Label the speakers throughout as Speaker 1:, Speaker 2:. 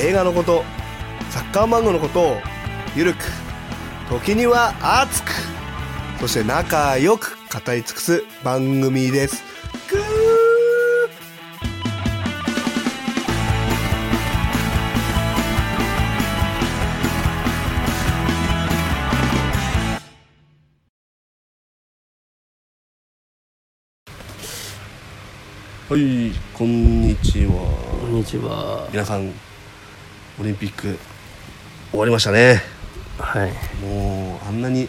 Speaker 1: 映画のことサッカー漫画のことをゆるく時には熱くそして仲良く語り尽くす番組ですぐーはい、こんにちは。
Speaker 2: こんにちは。
Speaker 1: 皆さんオリンピック終わりましたね
Speaker 2: はい。
Speaker 1: もうあんなに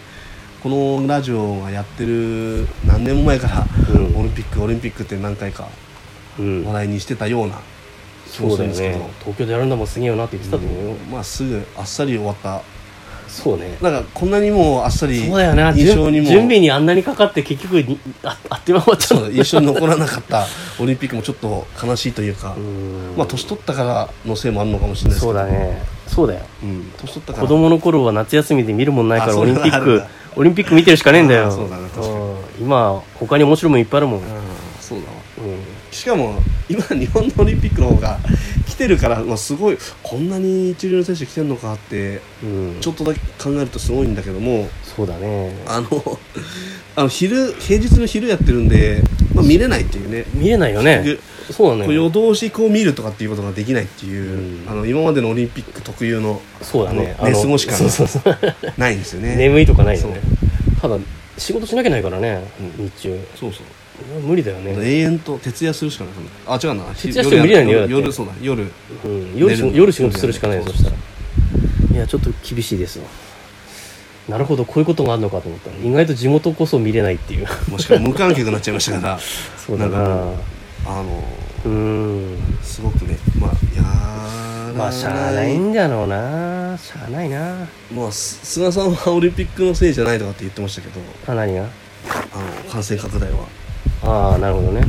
Speaker 1: このラジオがやってる何年も前から、
Speaker 2: うん
Speaker 1: オリンピックオリンピックって何回か
Speaker 2: うん
Speaker 1: 話。題にしてたような気も
Speaker 2: そ
Speaker 1: す
Speaker 2: うだ
Speaker 1: るん
Speaker 2: よ
Speaker 1: ですけど、
Speaker 2: ね。東京でやるんだもんすげえよなって言ってたと思うよ。
Speaker 1: まあすぐあっさり終わった
Speaker 2: そうね。
Speaker 1: なんかこんなにもあっさり
Speaker 2: そうだよな。
Speaker 1: 印象に
Speaker 2: 準
Speaker 1: も
Speaker 2: 準備にあんなにかかって結局にああっという間終わっちゃ
Speaker 1: そうう印象に残らなかった オリンピックもちょっと悲しいというか、
Speaker 2: ん
Speaker 1: まあ年取ったからのせいもあるのかもしれないですけ
Speaker 2: そう
Speaker 1: ど
Speaker 2: だね。そうだよ。
Speaker 1: うん、年取ったから
Speaker 2: 子供の頃は夏休みで見るもんないか
Speaker 1: あ
Speaker 2: ら
Speaker 1: そう
Speaker 2: オリンピ
Speaker 1: あ
Speaker 2: ッ
Speaker 1: るん
Speaker 2: ク
Speaker 1: だ
Speaker 2: オリンピック見てるしかねえんだ
Speaker 1: あ
Speaker 2: よ。
Speaker 1: そうだな確かに
Speaker 2: うん今他に面白いもんいっぱいあるもん。うん。
Speaker 1: うんそうだわしかも今日本のオリンピックの方が来てるから、まあ、すごいこんなに一流の選手来てるのかって
Speaker 2: うん
Speaker 1: ちょっとだけ考えるとすごいんだけども
Speaker 2: そうだね。
Speaker 1: あの あの昼平日の昼やってるんで、まあ、見れないっていうね
Speaker 2: 見れないよね
Speaker 1: 結。
Speaker 2: そうだ
Speaker 1: こう夜
Speaker 2: ね。
Speaker 1: 通しこう見るとかっていうことができないっていう、
Speaker 2: うん
Speaker 1: あの今までのオリンピック特有の
Speaker 2: そうだね。
Speaker 1: あの寝過ごし感
Speaker 2: そうそうそう。
Speaker 1: ないんですよね
Speaker 2: 眠いとかないよねただ仕事しなきゃないからね、
Speaker 1: うん
Speaker 2: 日中
Speaker 1: そうそう
Speaker 2: 無理だよね、
Speaker 1: 永遠と徹夜するしかないあ違うな
Speaker 2: 徹夜しても見れないんだよだって
Speaker 1: 夜そうだ夜
Speaker 2: うん、夜し
Speaker 1: 寝る
Speaker 2: 夜仕事するしかないよ
Speaker 1: そう
Speaker 2: そ
Speaker 1: そうそ
Speaker 2: した
Speaker 1: う
Speaker 2: らいやちょっと厳しいですわなるほどこういうことがあるのかと思ったら意外と地元こそ見れないっていう
Speaker 1: もしかも無観客になっちゃいました から
Speaker 2: そうだ
Speaker 1: なんか
Speaker 2: な
Speaker 1: もうあの
Speaker 2: うん
Speaker 1: すごくねまあやらない
Speaker 2: まあしゃあないんだろうなしゃあないな
Speaker 1: まあす菅さんはオリンピックのせいじゃないとかって言ってましたけど
Speaker 2: あ何が
Speaker 1: あの感染拡大は
Speaker 2: ああなるほどね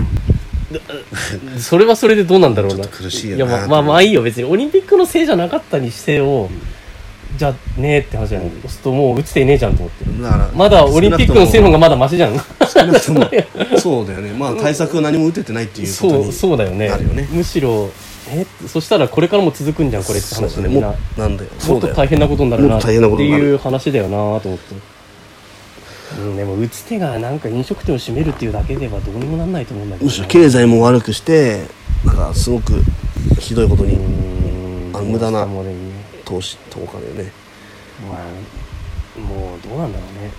Speaker 2: それはそれでどうなんだろうな
Speaker 1: ちょっと苦しいよ
Speaker 2: や
Speaker 1: な
Speaker 2: まあまあまあいいよ別にオリンピックのせいじゃなかったにせよ、じゃあねえって話じゃない、そうするともう打つ手いねえじゃんと思って
Speaker 1: だから
Speaker 2: まだオリンピックのせいの方がまだマシじゃん
Speaker 1: 少なくとも少なくともそうだよねまあ対策は何も打ててないっていうこと
Speaker 2: そ
Speaker 1: に
Speaker 2: うそうだよね
Speaker 1: なるよね
Speaker 2: むしろえそしたらこれからも続くんじゃんこれって話
Speaker 1: そうだ
Speaker 2: でみ
Speaker 1: ね
Speaker 2: んな
Speaker 1: もうなんだよ
Speaker 2: もっと大変なことになる
Speaker 1: も
Speaker 2: な
Speaker 1: っ
Speaker 2: っ
Speaker 1: と
Speaker 2: て
Speaker 1: 大変なことになる
Speaker 2: いう話だよなと思って、うん、でも打つ手がなんか飲食店を閉めるっていうだけではどうにもなんないと思うんだけど
Speaker 1: む
Speaker 2: な
Speaker 1: しろ経済も悪くしてなんかすごくひどいことに
Speaker 2: う
Speaker 1: あの無駄な
Speaker 2: もうでもね
Speaker 1: 投資とお金をね
Speaker 2: まあもうどうなんだろうね、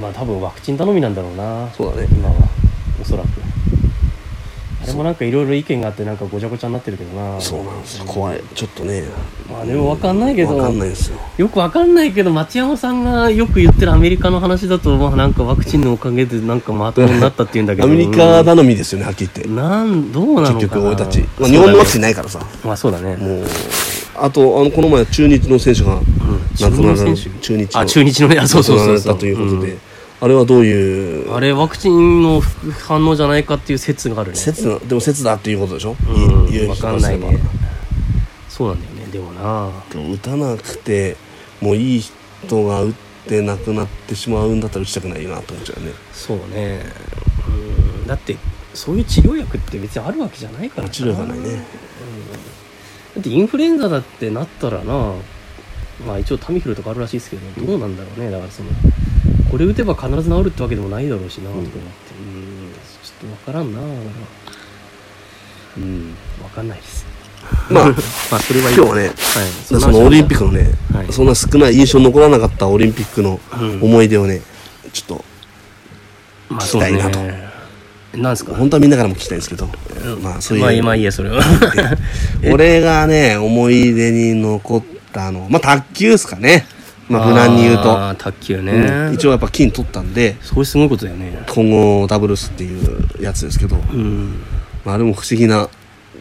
Speaker 2: まあ多分ワクチン頼みなんだろうな
Speaker 1: そうだね
Speaker 2: 今はおそらくあれもなんかいろいろ意見があってなんかごちゃごちゃになってるけどな
Speaker 1: そうなんですよ怖いちょっとね
Speaker 2: まあでも分かんないけど
Speaker 1: わかんないですよ
Speaker 2: よくわかんないけど町山さんがよく言ってるアメリカの話だとまあなんかワクチンのおかげでなんかまともになったっていうんだけ
Speaker 1: ア
Speaker 2: ど
Speaker 1: メリカ頼みですよねはっきり言って
Speaker 2: なんどうなのかな
Speaker 1: 結局俺たち、まあ、日本のワクチンないからさ
Speaker 2: まあそうだね、
Speaker 1: もうあとあのこの前中日の選手が亡くなら
Speaker 2: 中日
Speaker 1: れ
Speaker 2: の
Speaker 1: 中
Speaker 2: 選手
Speaker 1: 日の
Speaker 2: あ中日のねあそうそうそうそう
Speaker 1: 亡くなられたということで、あれはどういう
Speaker 2: あれワクチンの副反応じゃないかっていう説があるね
Speaker 1: 説なでも説だっていうことでしょ、
Speaker 2: うん
Speaker 1: 言う
Speaker 2: わ
Speaker 1: 人
Speaker 2: か
Speaker 1: か
Speaker 2: ん
Speaker 1: らす
Speaker 2: ない
Speaker 1: れば
Speaker 2: ねそうなんだよねでもな
Speaker 1: でも打たなくてもういい人が打って亡くなってしまうんだったら打ちたくないなと思っちゃうね
Speaker 2: そうねうんだってそういう治療薬って別にあるわけじゃないからな
Speaker 1: 治療がないね
Speaker 2: だってインフルエンザだってなったらなまあ一応タミフルとかあるらしいですけどどうなんだろうねだからそのこれ打てば必ず治るってわけでもないだろうしなとか思ってうんちょっとわからんなうんわかんないです
Speaker 1: まあ
Speaker 2: まあそれはいい
Speaker 1: 今日はね
Speaker 2: はい、
Speaker 1: そのオリンピッ
Speaker 2: ク
Speaker 1: クのね、
Speaker 2: はい
Speaker 1: そんな少ない印象に残らなかったオリンピックの思い出をね、ちょっと
Speaker 2: まあ
Speaker 1: 聞きたいなと
Speaker 2: そうねなんですか
Speaker 1: 本当はみんなからも聞きたいんですけど、まあそういう、
Speaker 2: まあ今いいやそれは
Speaker 1: 俺がね思い出に残ったのまあ卓球ですかね、 まあ、無難に言うと、
Speaker 2: あー卓球ね、
Speaker 1: うん一応やっぱ金取ったんで
Speaker 2: それすごいことだよね
Speaker 1: 混合ダブルスっていうやつですけど、
Speaker 2: うん
Speaker 1: まあ、あれも不思議な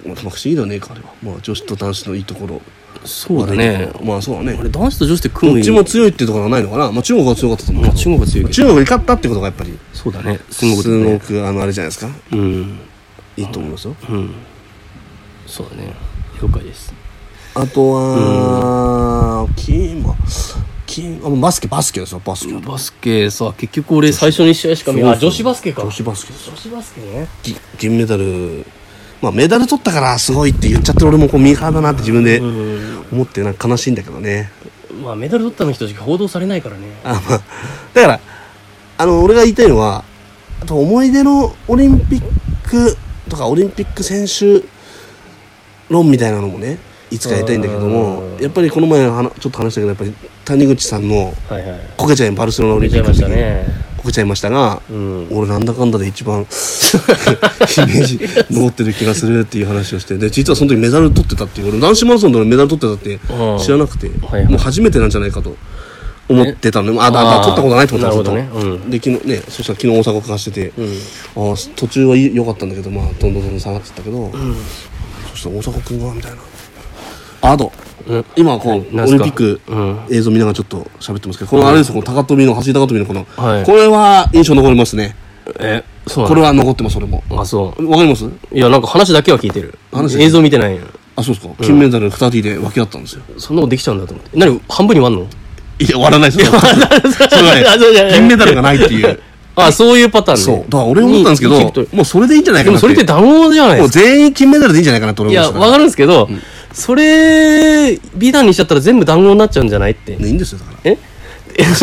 Speaker 1: まあ、不思議だねえかあれは、まあ、女子と男子のいいところ
Speaker 2: そうだね
Speaker 1: 悪いところまあそうだね
Speaker 2: あれ男子と女子って組む
Speaker 1: どっちも強いっていうところはないのかな、まあ、中国が強かったと思うけ
Speaker 2: まあ
Speaker 1: ど
Speaker 2: 中国が強いけど
Speaker 1: 中国が勝ったってことがやっぱり
Speaker 2: そうだねす
Speaker 1: すごく,、
Speaker 2: ごいことだね
Speaker 1: あのあれじゃないですか
Speaker 2: うん
Speaker 1: いいと思いますよ
Speaker 2: うんそうだね了解です
Speaker 1: あとは、金も金あもうバスケバスケですよバスケ、
Speaker 2: バスケさ結局俺最初に試合しか見
Speaker 1: そう
Speaker 2: あ
Speaker 1: そう
Speaker 2: 女子バスケか
Speaker 1: 女子バスケですよ
Speaker 2: 女子バスケね
Speaker 1: ぎ銀メダルまあメダル取ったからすごいって言っちゃってる俺もこうミーハーだなって自分で
Speaker 2: うん
Speaker 1: 思ってなんか悲しいんだけどね
Speaker 2: まあメダル取ったの人しか報道されないからね
Speaker 1: あまあだからあの俺が言いたいのはやっぱ思い出のオリンピックとかオリンピック選手論みたいなのもねいつかやりたいんだけども
Speaker 2: うん
Speaker 1: やっぱりこの前はなちょっと話したけどやっぱり谷口さんの
Speaker 2: はいはい
Speaker 1: こけちゃいバルセロナオ
Speaker 2: 出
Speaker 1: リンピ
Speaker 2: ちゃ
Speaker 1: ック
Speaker 2: いま
Speaker 1: の時
Speaker 2: した
Speaker 1: に
Speaker 2: ね
Speaker 1: こけちゃいましたが
Speaker 2: うん
Speaker 1: 俺なんだかんだで一番 イメージ 残ってる気がするっていう話をしてで実はその時メダル取ってたっていう俺男子マラソンで俺メダル取ってた
Speaker 2: う
Speaker 1: っ
Speaker 2: ん
Speaker 1: て知らなくて、
Speaker 2: はいはい
Speaker 1: もう初めてなんじゃないかと思ってたのねあだだ
Speaker 2: あー
Speaker 1: 取ったことないと思ってた
Speaker 2: なるほど
Speaker 1: ず
Speaker 2: ね
Speaker 1: っと
Speaker 2: うん
Speaker 1: で昨日ねそしたら昨日大阪化してて、
Speaker 2: うん
Speaker 1: ああ途中はいい良かったんだけどまあどんどんどんどん下がってったけど、そしたら大阪君がみたいなあと
Speaker 2: うん
Speaker 1: 今こうオリンピ
Speaker 2: なんすか
Speaker 1: ック
Speaker 2: うん
Speaker 1: 映像見ながらちょっと喋ってますけどこのあれですよこの高跳びの走り高跳びのこの、
Speaker 2: はい
Speaker 1: これは印象残りますね
Speaker 2: えそう
Speaker 1: これ
Speaker 2: は
Speaker 1: は残ってます、それも。
Speaker 2: あそ
Speaker 1: わかります
Speaker 2: ういやなんか話だけは聞いてる
Speaker 1: 話
Speaker 2: 映像見てないよ
Speaker 1: あ、そうですか。金メダル二人で分け合ったんですよ。
Speaker 2: そんなことできちゃうんだと思って何半分に割んの
Speaker 1: いや、終わらないですよ。それ
Speaker 2: あ
Speaker 1: は
Speaker 2: そうじゃ
Speaker 1: ね
Speaker 2: ない
Speaker 1: 金メダルがないっていう。
Speaker 2: あそういうパターンね
Speaker 1: そう。だから俺思ったんですけ
Speaker 2: に聞くと
Speaker 1: ど、もうそれでいいんじゃない
Speaker 2: で
Speaker 1: か
Speaker 2: も
Speaker 1: な
Speaker 2: それって
Speaker 1: も
Speaker 2: ダウンじゃないで
Speaker 1: う
Speaker 2: すか
Speaker 1: 全員金メダルでいいんじゃないかなと
Speaker 2: い
Speaker 1: 俺思
Speaker 2: や
Speaker 1: いま
Speaker 2: わかるんですけど、それ美談にしちゃったら全部談合になっちゃうんじゃないって、
Speaker 1: いいんですよ、だか
Speaker 2: え
Speaker 1: ら。いいんです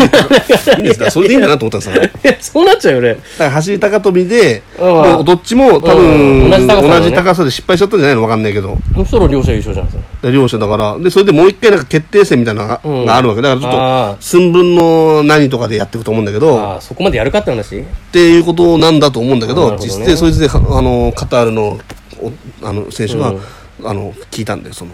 Speaker 1: だからそれでいいんだなと思ったんですよ。
Speaker 2: そうなっちゃうよね
Speaker 1: だから走り高跳びで、
Speaker 2: うん
Speaker 1: もうどっちも多
Speaker 2: う
Speaker 1: 分
Speaker 2: ん同じ高さだね
Speaker 1: 同じ高さで失敗しちゃったんじゃないのわかんないけど。
Speaker 2: そしたら両者優勝じゃないですか
Speaker 1: 両者だから。で、それでもう一回なんか決定戦みたいなのが
Speaker 2: うん
Speaker 1: があるわけ。だからちょ
Speaker 2: あ
Speaker 1: っと
Speaker 2: ー
Speaker 1: 寸分の何とかでやっていくと思うんだけど。
Speaker 2: ああそこまでやるかって話
Speaker 1: っていうことなんだと思うんだけど
Speaker 2: なるほどね
Speaker 1: 実際そいつであのカタールのおあの選手が、
Speaker 2: うん
Speaker 1: あの聞いたんでその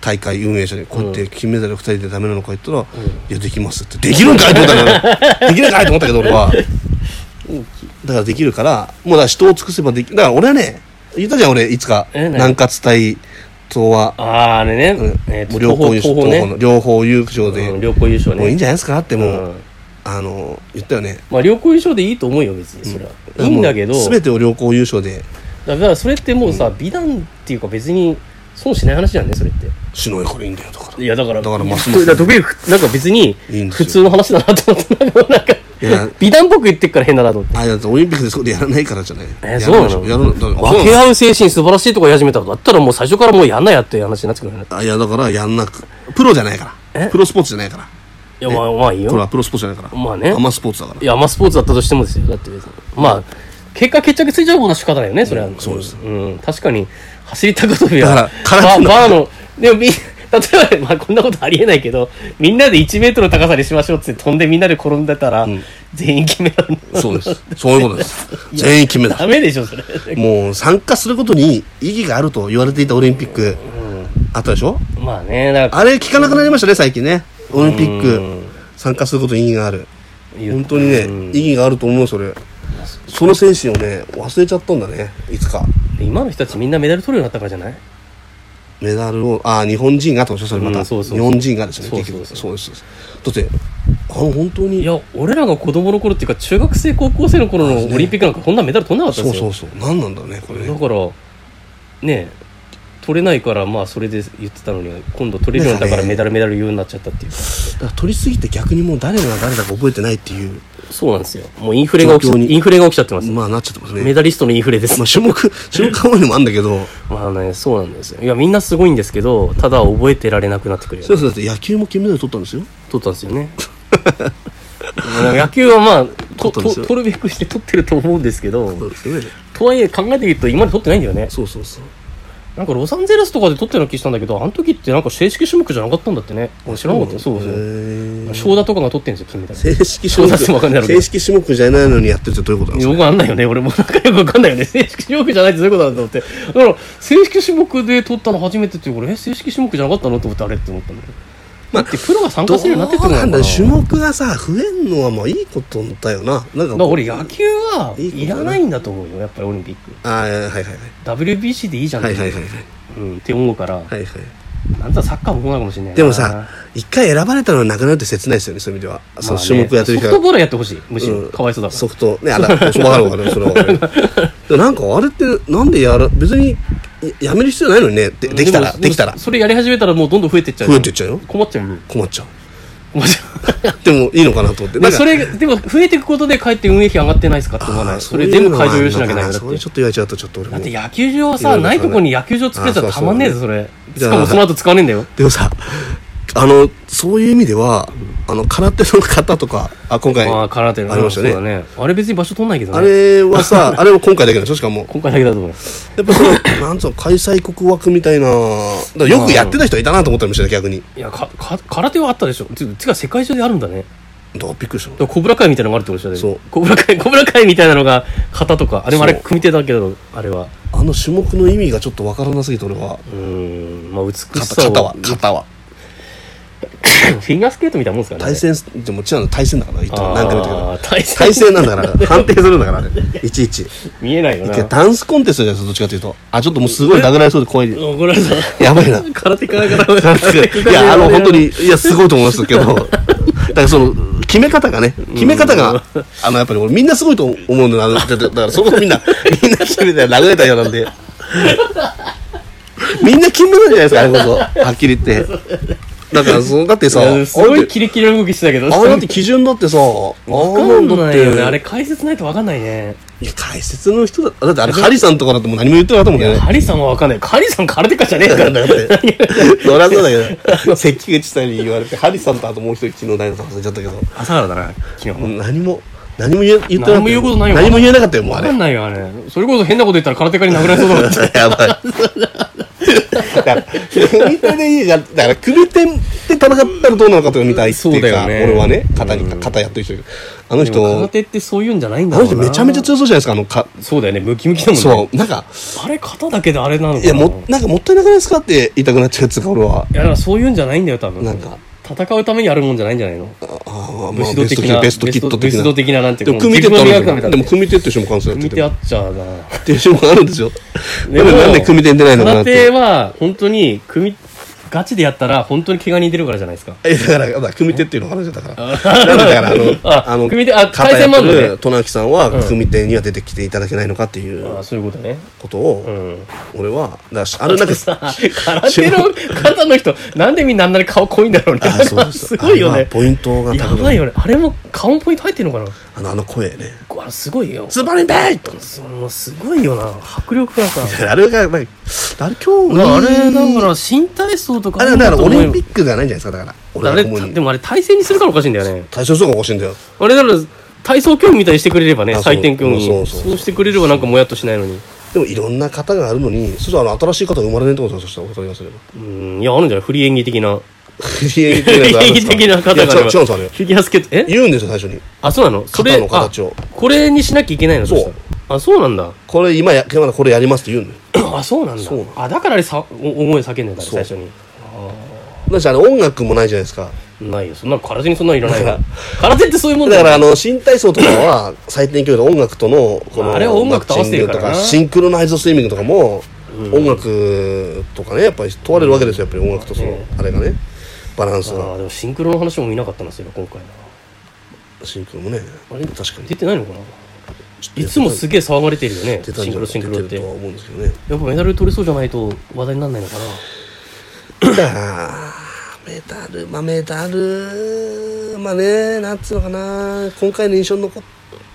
Speaker 1: 大会運営者にこうやって金メダル2人でダメなのか言ったら「いやできます」って「できるんかい!」と思った けどできるんかいと思ったけど俺はだからできるからもうだから人を尽くせばできだから俺はね言ったじゃん俺いつか
Speaker 2: え何
Speaker 1: 南葛対東和
Speaker 2: あああれね、えーと
Speaker 1: もう両方優
Speaker 2: 東
Speaker 1: 勝東方
Speaker 2: 方東方ね
Speaker 1: の両方優勝で、
Speaker 2: うん、良好優勝ね
Speaker 1: もういいんじゃないですかってもう、
Speaker 2: うん
Speaker 1: あの言ったよね
Speaker 2: まあ良好優勝でいいと思うよ別にそれは、いいんだけど
Speaker 1: もう全てを良好優勝で
Speaker 2: だからそれってもうさ、美談っていうか別に損しない話じゃんねそれって
Speaker 1: しのいからいいんだよだから
Speaker 2: いやだから
Speaker 1: だからますま
Speaker 2: これ
Speaker 1: す
Speaker 2: だから特になんか別に
Speaker 1: いいんです
Speaker 2: 普
Speaker 1: よ
Speaker 2: 通の話だなと思ってなんかなんか
Speaker 1: いや
Speaker 2: 美談っぽく言ってっから変だなと思って
Speaker 1: あいやオリンピックでそこでやらないからじゃない
Speaker 2: えー
Speaker 1: やらないでしょ
Speaker 2: そう
Speaker 1: や
Speaker 2: な
Speaker 1: るだから
Speaker 2: 分け合う精神素晴らしいとこやり始めたことだったらもう最初からもうやんなやっていう話になってくるよね
Speaker 1: あいやだからやんなくプロじゃないから
Speaker 2: え
Speaker 1: プロスポーツじゃないから
Speaker 2: いやまあまあいい
Speaker 1: これ
Speaker 2: よ
Speaker 1: はプロスポーツじゃないから
Speaker 2: まあね
Speaker 1: アマスポーツだから
Speaker 2: いやまあスポーツだったとしてもですよだって別にまあ結果決着ついちゃうものは仕方ないよねそれは、うん、
Speaker 1: そうです
Speaker 2: うん確かに走り高跳び
Speaker 1: だ
Speaker 2: は
Speaker 1: から空
Speaker 2: バ
Speaker 1: 手の
Speaker 2: ーバーのでもみ 例えば、まあ、こんなことありえないけどみんなで1メートルの高さにしましょうっつって飛んでみんなで転んでたら、全員決めらんの
Speaker 1: そうですそういうことです全員金メダ
Speaker 2: ダ
Speaker 1: ル
Speaker 2: メでしょそれ
Speaker 1: もう参加することに意義があると言われていたオリンピックあったでしょ
Speaker 2: まあねだから
Speaker 1: あれ聞かなくなりましたね最近ねオリンピック参加することに意義がある
Speaker 2: 言う
Speaker 1: 本当にね
Speaker 2: うん
Speaker 1: 意義があると思うそれその精神をね忘れちゃったんだねいつか
Speaker 2: 今の人たちみんなメダル取るようになったからじゃない
Speaker 1: メダルをあー日本人がってことでしょそれまた、
Speaker 2: うんそうそう
Speaker 1: 日本人がですね
Speaker 2: そう
Speaker 1: 結
Speaker 2: そう
Speaker 1: 局
Speaker 2: そ
Speaker 1: そうですそうですだってあの本当に
Speaker 2: いや俺らが子供の頃っていうか中学生高校生の頃のオリンピックなんかこんなメダル取んなかったん
Speaker 1: そ
Speaker 2: で
Speaker 1: う
Speaker 2: すよ
Speaker 1: そうそう何なんだろうねこれね
Speaker 2: だからね取れないからまあそれで言ってたのに今度取れるようになったからメダルメダル言うようになっちゃったっていう
Speaker 1: だから取りすぎて逆にもう誰が誰だか覚えてないっていう
Speaker 2: そうなんですよもうインフレが起き
Speaker 1: 状況
Speaker 2: ちゃ
Speaker 1: に
Speaker 2: インフレが起きちゃってます、
Speaker 1: まあなっちゃってます
Speaker 2: メ
Speaker 1: ね
Speaker 2: ダリストのインフレです
Speaker 1: まあ種目 種目かもにもあるんだけど
Speaker 2: まあねそうなんですよいやみんなすごいんですけどただ覚えてられなくなってくるよ
Speaker 1: そう
Speaker 2: ね
Speaker 1: そうだって野球も金メダル取ったんですよ
Speaker 2: 取ったんですよねまあ野球はまあ
Speaker 1: 取
Speaker 2: と
Speaker 1: ったんですよ
Speaker 2: と取るべくして取ってると思うんですけ
Speaker 1: そう
Speaker 2: ど
Speaker 1: ですよね
Speaker 2: とはいえ考えてみると今まで取ってないんだよね
Speaker 1: そうそうそう
Speaker 2: なんかロサンゼルスとかで撮ってるような気したんだけど、あの時ってなんか正式種目じゃなかったんだってね。俺知らなかったよ。そうそ
Speaker 1: へ
Speaker 2: う。
Speaker 1: ー
Speaker 2: 正田とかが撮ってるんですよ、金メダル。
Speaker 1: 正式種
Speaker 2: そうだってわかんな
Speaker 1: 目
Speaker 2: いだろうけど
Speaker 1: 正式種目じゃないのにやってるってどういうことなんです
Speaker 2: よ
Speaker 1: か
Speaker 2: くわかんないよね。俺もなんかよくわかんないよね。正式種目じゃないってどういうことなんだと思って。だから、正式種目で撮ったの初めてっていうから、え、正式種目じゃなかったのと思ってあれって思ったんだけど。だってプロが参加するようになってって
Speaker 1: どう
Speaker 2: も
Speaker 1: なんだ
Speaker 2: だ
Speaker 1: ろう種目がさ増えんのはもういいことだよななんか
Speaker 2: から俺野球はい
Speaker 1: いこと
Speaker 2: い
Speaker 1: だな
Speaker 2: らないんだと思うよやっぱりオリンピック
Speaker 1: ああはいはいはい
Speaker 2: WBC でいいじゃんっ
Speaker 1: は
Speaker 2: て,、
Speaker 1: いはいはいはい
Speaker 2: うん、って思うから、
Speaker 1: はいはい
Speaker 2: なんだサッカーもそうなのかもしれないな
Speaker 1: でもさ一回選ばれたのがなくなるって切ないですよねそういう意味では
Speaker 2: まあね
Speaker 1: その種目やってる人
Speaker 2: ソ
Speaker 1: が
Speaker 2: フトボールやってほしいむしろ、
Speaker 1: うん
Speaker 2: かわいそうだから
Speaker 1: ソフトねあら 分かる分かるそれは分かるでもなんかあれってなんでやら別にややめる必要ないのにねでできたら
Speaker 2: も
Speaker 1: できたら
Speaker 2: もそれやり始めたらもうどんどん増えてっちゃう
Speaker 1: 増えてっちゃうよ
Speaker 2: 困っちゃうよ
Speaker 1: 困っちゃう
Speaker 2: 困っちゃう
Speaker 1: でもいいのかなと思って
Speaker 2: で
Speaker 1: なんか
Speaker 2: それでも増えていくことでかえって運営費上がってないですかって思わ
Speaker 1: あ
Speaker 2: な
Speaker 1: ー
Speaker 2: いそれ全部会場用意しなきゃいけない
Speaker 1: そ
Speaker 2: よ
Speaker 1: ううのはあるのか
Speaker 2: だ
Speaker 1: それ
Speaker 2: っ
Speaker 1: ちょ
Speaker 2: て
Speaker 1: っと言われちゃうとちょっと俺
Speaker 2: だ
Speaker 1: も
Speaker 2: って野球場は
Speaker 1: いろ
Speaker 2: さ
Speaker 1: いろ
Speaker 2: ないとこに野球場作れたらたまんねえぞそれ
Speaker 1: う
Speaker 2: しかもその後使わねえんだよ
Speaker 1: でもさあのそういう意味ではあの空手の方とかあ今回
Speaker 2: ああ空手の
Speaker 1: ありましたね
Speaker 2: そうだねあれ別に場所取んないけどね
Speaker 1: あれは さあれも今回だけどしかも
Speaker 2: 今回だけだと思うよ
Speaker 1: やっぱそのなんつうの開催国枠みたいなだからよくやってた人はいたなと思ったりもしてた逆に
Speaker 2: いやかか空手はあったでしょていうか世界中であるんだね
Speaker 1: どうびっくりした
Speaker 2: だからコブラ会みたいなのがあるってことでしょ
Speaker 1: そう
Speaker 2: コブラ会コブラ会みたいなのが型とかあれもあれ
Speaker 1: そう
Speaker 2: 組手だけどあれは
Speaker 1: あの種目の意味がちょっとわからなすぎて俺は
Speaker 2: うーんまあ美し
Speaker 1: 肩
Speaker 2: さを
Speaker 1: 肩は肩は
Speaker 2: フィギュアスケートみたいなもんですからね
Speaker 1: 対戦でもちろん対戦だから言ったら何回も言ったけど
Speaker 2: あー対戦
Speaker 1: 対戦なんだから判定するんだからねいちいち
Speaker 2: 見えないよな
Speaker 1: でダンスコンテストじゃないですかどっちかというとあちょっともうすごい殴られそうで怖い
Speaker 2: 怒られた
Speaker 1: やばい な
Speaker 2: 空手家 から
Speaker 1: いや、 あの、本当に、いや、すごいと思いますけど、だからその、決め方がね、決め方が、あの、やっぱり俺みんなすごいと思うんだな、だだだからそこみんな、みんな一人で殴れたようなんで、みんな金メダルじゃないですか、あれこそ、はっきり言って。だから、その、だってさ、あれ
Speaker 2: すごい
Speaker 1: だ
Speaker 2: キレキレの動きしてたけ ど
Speaker 1: って基準だってさ、わ
Speaker 2: わかんないよねあれ解説ないとわかんないね
Speaker 1: いや、解説の人だ、だってあれ、ハリさんとかだともう何も言ってなかったもん
Speaker 2: い
Speaker 1: ね
Speaker 2: や。ハリさんはわかんないハリさん空手家じゃねえから
Speaker 1: だ
Speaker 2: ね
Speaker 1: って、そりゃそうだけど、関口さんに言われて、ハリさんとあともう一人昨日誰だか忘れちゃったけど、
Speaker 2: 朝原だな昨
Speaker 1: も
Speaker 2: 日
Speaker 1: う何も、何も言え言ってなかったよ。
Speaker 2: 何も言うことないよ
Speaker 1: 何も言えなかったよ、もうあ
Speaker 2: わ
Speaker 1: れ
Speaker 2: かん。ないよあれそれこそ変なこと言ったら空手家に殴られそうだもん
Speaker 1: やばい。だから、組手でいいじゃん。だから、組手で戦ったらどうなのかとか見たいって
Speaker 2: そう
Speaker 1: い
Speaker 2: だ
Speaker 1: うか、
Speaker 2: よね
Speaker 1: 俺はね、肩に、肩やってる人いるあの
Speaker 2: でも 空
Speaker 1: 人、
Speaker 2: 手ってそういうんじゃないん
Speaker 1: あ
Speaker 2: だろ
Speaker 1: の
Speaker 2: うな
Speaker 1: 人めちゃめちゃ強そうじゃないですか、あのか、
Speaker 2: そうだよねムキムキだもんね
Speaker 1: そう、なんか、
Speaker 2: あれ肩だけであれなのかない
Speaker 1: や、も、なんかもったいなくないですかって言いたくなっちゃうやつが、俺は。
Speaker 2: いやだからそういうんじゃないんだよ多分
Speaker 1: なんか
Speaker 2: 戦うためにあるもんじゃないんじゃないの
Speaker 1: ああ、
Speaker 2: 武
Speaker 1: まあ
Speaker 2: 士道的な
Speaker 1: ベストキット
Speaker 2: ベ
Speaker 1: 的
Speaker 2: ス
Speaker 1: な。
Speaker 2: ト的ななんてい
Speaker 1: で
Speaker 2: う
Speaker 1: も
Speaker 2: か
Speaker 1: 組手ってあ
Speaker 2: 自分の磨
Speaker 1: る
Speaker 2: き
Speaker 1: んだ
Speaker 2: が
Speaker 1: よ
Speaker 2: 見た
Speaker 1: でも組手って種目あるんですよ。
Speaker 2: 組手あっちゃだな
Speaker 1: っていう種目あるんですよ。 で
Speaker 2: で
Speaker 1: も
Speaker 2: も
Speaker 1: なんで組手に出ないのかなっ
Speaker 2: 空
Speaker 1: て
Speaker 2: 手。は本当に組ガチでやったら本当に怪我に出るからじゃないですか
Speaker 1: え、だから、だから組手っていうのが話だから。 なんでだから、あの、
Speaker 2: あ
Speaker 1: あの、
Speaker 2: 組手あ
Speaker 1: 片や
Speaker 2: 対戦もあるのね
Speaker 1: ってる渡名喜さんは組手には出てきていただけないのかってい
Speaker 2: ああ
Speaker 1: う
Speaker 2: そういうことね
Speaker 1: こと
Speaker 2: う
Speaker 1: を、
Speaker 2: ん
Speaker 1: 俺は、だからあれなん か、
Speaker 2: さ 空手の方の人なんでみんなあんなに顔濃いんだろうね
Speaker 1: あそうそう
Speaker 2: すごいよ
Speaker 1: あれ
Speaker 2: ね
Speaker 1: はポイントが
Speaker 2: や
Speaker 1: 多
Speaker 2: ば
Speaker 1: 分
Speaker 2: いよねあれも顔もポイント入ってるのかな
Speaker 1: あの、あの声ね。
Speaker 2: うわすごいよ
Speaker 1: スーパーリンペイと
Speaker 2: そのすごいよな迫力がさ
Speaker 1: あれが、なんかあれ今日
Speaker 2: あれだから新体操とか
Speaker 1: あれだからオリンピ
Speaker 2: ッ
Speaker 1: ックじゃないんじゃないですか、だから。俺
Speaker 2: あ
Speaker 1: は
Speaker 2: れ
Speaker 1: 思うに
Speaker 2: でもあれ体制にするからおかしいんだよね
Speaker 1: 対象とかおかしいんだよ。
Speaker 2: あれだから体操競技みたいにしてくれればね
Speaker 1: あそう
Speaker 2: 採点競技に
Speaker 1: そうそうそう
Speaker 2: してくれればなんかもやっとしないのに
Speaker 1: でもいろんな方があるのに、そしたらあの新しい方が生まれないってことだよそしたら、わかります よ。
Speaker 2: うんいやあるんじゃないフリー演技的な
Speaker 1: フリーエイ
Speaker 2: フリー演技的な方が
Speaker 1: いや違う違うんですよあれ
Speaker 2: フィギュアスケートえ
Speaker 1: 言うんですよ、最初に。
Speaker 2: あそうなのそれ
Speaker 1: 肩の形を
Speaker 2: あこれにしなきゃいけないの
Speaker 1: そう
Speaker 2: したらあそうな んだ
Speaker 1: これ今や、今これやりますって言うんだよ。
Speaker 2: あそうなんだ
Speaker 1: そうな
Speaker 2: あだからあれさお思い叫んでた最初に
Speaker 1: だし、あの、音楽もないじゃないですか。
Speaker 2: ないよそんなの空手にそんなのいらないよ空手ってそういうもんだ
Speaker 1: だ
Speaker 2: よ
Speaker 1: から、あの、新体操とかは、採点教育の音楽との、この、
Speaker 2: あれは音楽と合わせてるからな
Speaker 1: マッチングとシンクロナイズドスイミングとかも、音楽とかね、やっぱり問われるわけですよ、やっぱり音楽とその、あれがね、バランス
Speaker 2: あ
Speaker 1: が。
Speaker 2: ーでもシンクロの話も見なかったんですよ今回
Speaker 1: シンクロもね、
Speaker 2: あれ
Speaker 1: 確かに
Speaker 2: 出。てないのかないつもすげえ騒がれてるよね
Speaker 1: 出たん
Speaker 2: シン
Speaker 1: じ
Speaker 2: ク
Speaker 1: ゃ
Speaker 2: ロ
Speaker 1: ない
Speaker 2: シンクロっ
Speaker 1: 出て
Speaker 2: て
Speaker 1: るとは思うんですけどね。
Speaker 2: やっぱメダル取れそうじゃないと話題にならないのかな
Speaker 1: だからメダルまあメダルまあねなんつうのかな今回の印象に残っ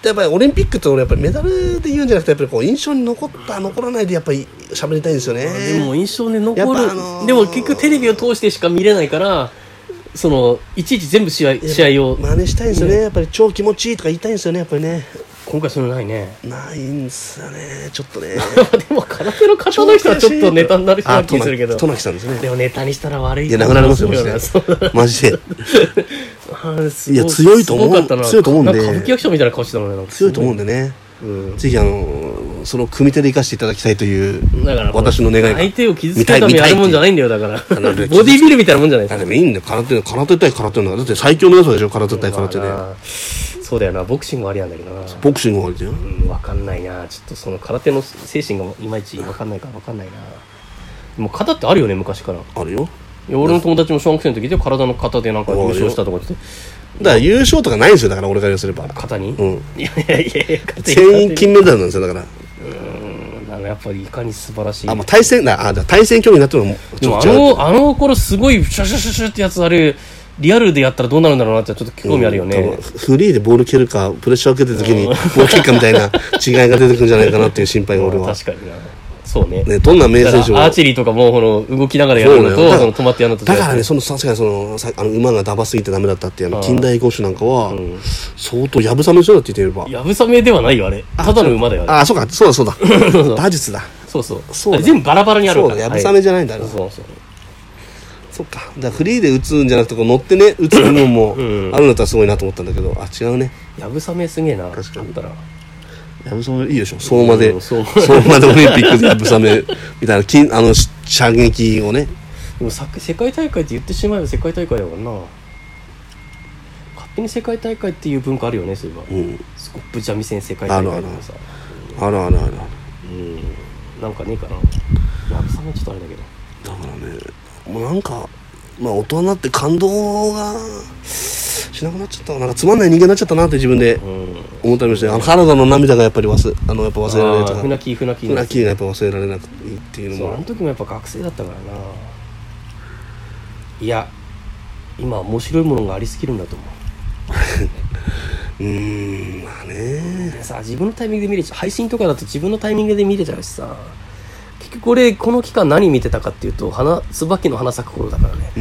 Speaker 1: てやっぱりオリンピックって俺やっぱりメダルで言うんじゃなくてやっぱりこう印象に残った残らないでやっぱり喋りたいんですよね
Speaker 2: でも印象に
Speaker 1: や
Speaker 2: 残
Speaker 1: っ
Speaker 2: る、
Speaker 1: ぱあのー
Speaker 2: でも結局テレビを通してしか見れないからそのいちいち全部試合試合を
Speaker 1: 真似したいんですよねやっぱり超気持ちいいとか言いたいんですよねやっぱりね
Speaker 2: 今回それないね
Speaker 1: ないんですよねちょっとね
Speaker 2: でも空手の方の人はちょっとネタになる人な気するけど
Speaker 1: あトナキトナキさんです
Speaker 2: で
Speaker 1: ね
Speaker 2: もネタにしたら悪い
Speaker 1: いやなくなりますよマジ
Speaker 2: ね
Speaker 1: でマジでい
Speaker 2: い
Speaker 1: や強いと思う
Speaker 2: すごかったな
Speaker 1: 強いと思うんで
Speaker 2: なんか歌舞伎役者みたいな顔してたもんねなんか
Speaker 1: 強いと思うんでね
Speaker 2: うん
Speaker 1: ぜひあのその組み手で生かしていただきたいという
Speaker 2: だからこう
Speaker 1: 私の願いが
Speaker 2: 相手を傷つけるためにあるもんじゃないんだよ、だから。 ボ
Speaker 1: な
Speaker 2: デ
Speaker 1: んで
Speaker 2: ィービルみたいなもんじゃないで
Speaker 1: あ
Speaker 2: す
Speaker 1: でもいいんだよ空手空手対空手のだって最強のやつでしょ空手対
Speaker 2: か。
Speaker 1: 空手で
Speaker 2: まあなそうだよな、ボクシングもありなんだけどな。
Speaker 1: ボクシングもあるじゃん
Speaker 2: うん、わかんないな。ちょっとその空手の精神がいまいちわかんないからわかんないな。でも型ってあるよね、昔から。い
Speaker 1: あるよ
Speaker 2: や俺の友達も小学生の時で体の型でなんか優勝したとか言ってて、
Speaker 1: だから優勝とかないんですよだから俺から言わせれば
Speaker 2: 型に、
Speaker 1: うん
Speaker 2: いやいやいや、型に
Speaker 1: 全員金メダルなんですよだから
Speaker 2: うんなんかやっぱりいかに素晴らしい。
Speaker 1: あまあ対戦だあだから対戦競技になっても
Speaker 2: でもあ
Speaker 1: 違う
Speaker 2: の、あの頃すごいシュシュシュシュってやつあれ、リアルでやったらどうなるんだろうなってちょっと興味あるよね。
Speaker 1: 多分フリーでボール蹴るかプレッシャーを受けてる時にボール蹴るかみたいな違いが出てくるんじゃないかなっていう心配が 俺は
Speaker 2: 確かにな。そうね。
Speaker 1: ねどんな名
Speaker 2: だから
Speaker 1: 選手も
Speaker 2: アーチェリーとかもこの動きながらやる
Speaker 1: そう
Speaker 2: の
Speaker 1: だ
Speaker 2: と
Speaker 1: よ
Speaker 2: その止まってやるのと
Speaker 1: だからねその確かにそのさあの馬がダバすぎてダメだったっていうあの
Speaker 2: ああ
Speaker 1: 近代五種なんかは相当やぶさめの人だって言ってみれば
Speaker 2: やぶさめではないよあれただの馬だよあれ
Speaker 1: ああそうかそうだそうだ馬術だ
Speaker 2: そうそう
Speaker 1: そうだ
Speaker 2: あれ全部バラバラにある
Speaker 1: そ
Speaker 2: か
Speaker 1: う
Speaker 2: ら
Speaker 1: だやぶさめじゃないんだ
Speaker 2: はい
Speaker 1: ろ
Speaker 2: そうそう
Speaker 1: そっかだからフリーで打つんじゃなくてこう乗ってね打つ部分も
Speaker 2: うん
Speaker 1: あるんだったらすごいなと思ったんだけどあ違うね
Speaker 2: やぶさめすげえな
Speaker 1: 確かに
Speaker 2: あったら
Speaker 1: やぶさめいいでしょ相馬 で
Speaker 2: うん
Speaker 1: 相
Speaker 2: 相馬
Speaker 1: 馬でオリンピックでやぶさめみたいな金あのし射撃をね
Speaker 2: でもさ世界大会って言ってしまえば世界大会だからな勝手に世界大会っていう文化あるよねそういえば、
Speaker 1: うん
Speaker 2: スコップ三味線世界大会とかさ
Speaker 1: あらあらあらだか
Speaker 2: うんなんかねえかなやぶさめちょっとあれだけど
Speaker 1: らねもうなんかまあ大人になって感動がしなくなっちゃったなんかつまんない人間になっちゃったなって自分で
Speaker 2: うん
Speaker 1: 思ったりましてあの原田の涙がやっぱり忘れあのやっぱ忘れられな
Speaker 2: あー
Speaker 1: い
Speaker 2: 船
Speaker 1: とか
Speaker 2: 木船木
Speaker 1: 船木がやっぱ忘れられなくていいっていうの
Speaker 2: そうあの
Speaker 1: も
Speaker 2: 時もやっぱ学生だったからないや今面白いものがありすぎるんだと思う
Speaker 1: うーんまあね
Speaker 2: でさ自分のタイミングで見れちゃう配信とかだと自分のタイミングで見れちゃうしさ結局俺この期間何見てたかっていうと花椿の花咲く頃だから ね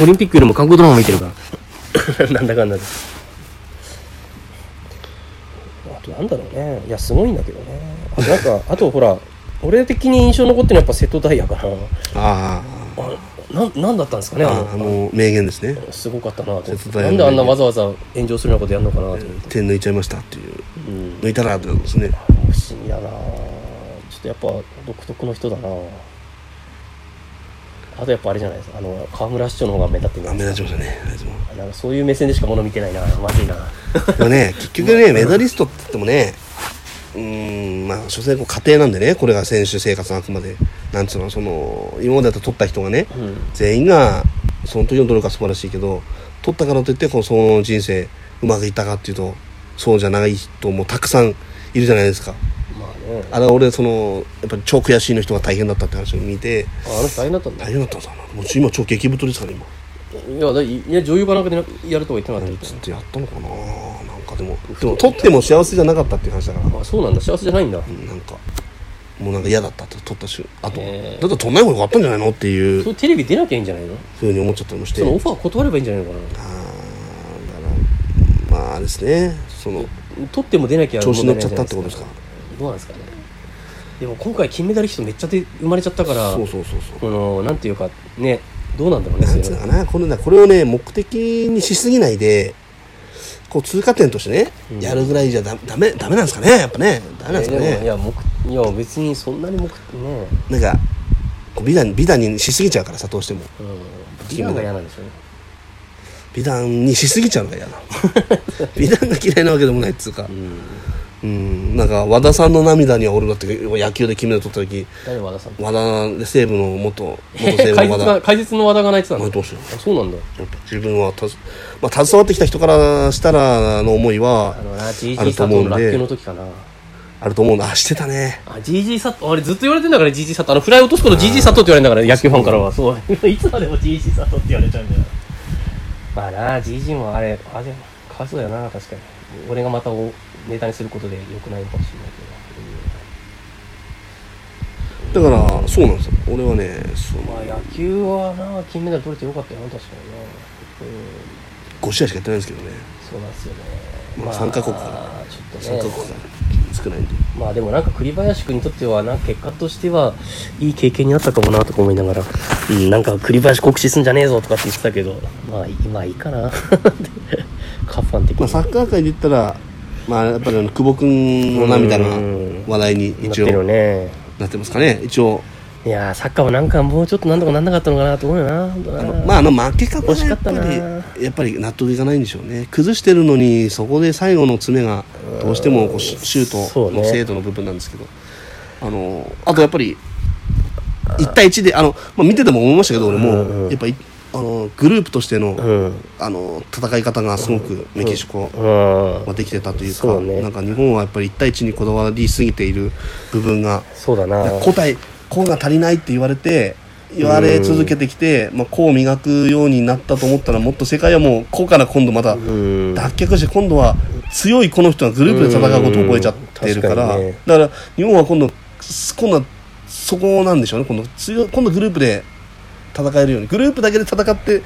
Speaker 1: うん
Speaker 2: オリンピックよりも韓国ドラマ見てるから なんだかんだであとなんだろうねいやすごいんだけどねあとなんか あとほら俺的に印象残ってるのはやっぱ瀬戸大也かな
Speaker 1: ああ
Speaker 2: あななんだったんですかねあの
Speaker 1: ああもう名言ですね
Speaker 2: すごかったなと思って
Speaker 1: 切断
Speaker 2: な
Speaker 1: やね
Speaker 2: んであんなわざわざ炎上するようなことやるのかなと思って、
Speaker 1: 手抜いちゃいましたっていう
Speaker 2: うん、
Speaker 1: 抜いたらってことですね
Speaker 2: 不思議だなちょっとやっぱ独特の人だなあとやっぱあれじゃないですかあの河村市長の方が目立ってる
Speaker 1: あ目立ちましたねあいつも
Speaker 2: なんかそういう目線でしか物見てないなまずいな
Speaker 1: でもね結局ねメダリストって言ってもねうーんまあ所詮こう家庭なんでねこれが選手生活のあくまでなんつうのその今までだったら取った人がね
Speaker 2: うん
Speaker 1: 全員がその時の努力は素晴らしいけど取ったからといってこうその人生うまくいったかっていうとそうじゃない人もたくさんいるじゃないですか
Speaker 2: まあね
Speaker 1: あれは俺そのやっぱり超悔しいの人が大変だったって話を見て
Speaker 2: ああの人大変だったんだ
Speaker 1: 大変だったんだなもう今超激太ですから今
Speaker 2: いやだいや女優かなんかでなやるとか言ってなかったみたい
Speaker 1: つってやったのかななんかでもでも取っても幸せじゃなかったっていう話だから
Speaker 2: なあそうなんだ幸せじゃないんだ
Speaker 1: うんなんかもうなんか嫌だったって取ったしあとだ
Speaker 2: へ
Speaker 1: っ
Speaker 2: ー
Speaker 1: たら取んない方が良かったんじゃないのっていう
Speaker 2: そうテレビ出なきゃいいんじゃないの
Speaker 1: ふうに思っちゃったりもして
Speaker 2: そのオファー断ればいいんじゃないのか
Speaker 1: あーだからまああれですねその
Speaker 2: な撮っても出なきゃ
Speaker 1: 調子乗っちゃったってことですか
Speaker 2: どうなんですかねでも今回金メダリストめっちゃで生まれちゃったから
Speaker 1: そうそうそうそう
Speaker 2: このなんていうかねどうなんだろうね
Speaker 1: なん
Speaker 2: う
Speaker 1: つう
Speaker 2: い
Speaker 1: の
Speaker 2: う
Speaker 1: かなこのねこれをね目的にしすぎないでこう通過点としてね、
Speaker 2: うん
Speaker 1: やるぐらいじゃダダメダメなんですかねやっぱねダメなんです
Speaker 2: の
Speaker 1: か
Speaker 2: いやい
Speaker 1: ね
Speaker 2: やもういや別にそんなに目ね
Speaker 1: なんかこう美談美談にしすぎちゃうからさどうしても
Speaker 2: うん美談が嫌なんでしょうね
Speaker 1: 美談にしすぎちゃうのが嫌 な美談が嫌いなわけでもないっつうか
Speaker 2: うん
Speaker 1: うん、なんか和田さんの涙には俺だって野球で金メダル取った時
Speaker 2: 誰和田さん
Speaker 1: 和田西武の元元西武
Speaker 2: 解
Speaker 1: の
Speaker 2: 説
Speaker 1: 和田
Speaker 2: が解説の和田が泣いてたん
Speaker 1: 泣い
Speaker 2: だ
Speaker 1: てましたよ
Speaker 2: あそうなんだ
Speaker 1: やっぱ自分はたず、まあ、携わってきた人からしたらの思いは
Speaker 2: あのな GG
Speaker 1: あると
Speaker 2: 佐
Speaker 1: 思うんで
Speaker 2: 藤の落球の時かな
Speaker 1: あると思うんだあしてたね
Speaker 2: あ GG 佐藤あれずっと言われてんだから GG 佐藤あのフライ落とすこと GG 佐藤って言われるんだから野球ファンからはそう いつまでも GG 佐藤って言われちゃうんだよまあな GG もあれあれかわいそうだよな確かに俺がまたおネタにすることで良くないのかもしれない
Speaker 1: だからそうなんですよ俺はねそ
Speaker 2: けど
Speaker 1: の
Speaker 2: まあ野球はな金メダル取れてよかったよな確かになうん
Speaker 1: 5試合しかやってないんですけどね
Speaker 2: そうなんですよね
Speaker 1: まあ参加国だ
Speaker 2: ちょ
Speaker 1: 3
Speaker 2: っ
Speaker 1: カ
Speaker 2: と
Speaker 1: 国
Speaker 2: ね
Speaker 1: が少ないんで
Speaker 2: まあでもなんか栗林君にとってはなんか結果としてはいい経験になったかもなとか思いながら、うん、なんか栗林酷使すんじゃねえぞとかって言ってたけどまあ今いいかな カッファン的
Speaker 1: まあ、
Speaker 2: に、
Speaker 1: サッカー界で言ったら、まあやっぱりあの久保君の涙みたい
Speaker 2: うん
Speaker 1: な話題に一
Speaker 2: なってるよ
Speaker 1: 応
Speaker 2: ね
Speaker 1: なってますかね一応
Speaker 2: いやーサッカーもなんかもうちょっとなんとかなんなかったのかなと思うよな本当
Speaker 1: あ
Speaker 2: な
Speaker 1: のまああの負け方
Speaker 2: 惜
Speaker 1: が
Speaker 2: し
Speaker 1: や
Speaker 2: か
Speaker 1: っ
Speaker 2: った
Speaker 1: ぱり
Speaker 2: な
Speaker 1: やっぱり納得いかないんでしょうね崩してるのにそこで最後の詰めがどうしてもこうシシュー
Speaker 2: そ
Speaker 1: ト
Speaker 2: うね
Speaker 1: の精度の部分なんですけど、あのあとやっぱり1対1であの、まあ、見てても思いましたけど俺も、
Speaker 2: うんうん
Speaker 1: やっぱりあのグループとしての,、
Speaker 2: うん
Speaker 1: あの戦い方がすごくメキシコ
Speaker 2: うん
Speaker 1: はできてたという
Speaker 2: そ
Speaker 1: か、
Speaker 2: うね
Speaker 1: なんか日本はやっぱり1対1にこだわりすぎている部分が
Speaker 2: そうだな
Speaker 1: 個体個が足りないって言われて言われ続けてきて、まあ、個を磨くようになったと思ったらもっと世界はもう個から今度また
Speaker 2: うん
Speaker 1: 脱却して今度は強いこの人がグループで戦うことを覚えちゃってるから、
Speaker 2: うん確かにね
Speaker 1: だから日本は今度す今度はそこなんでしょうね今度強い今度グループで戦えるようにグループだけで戦ってだか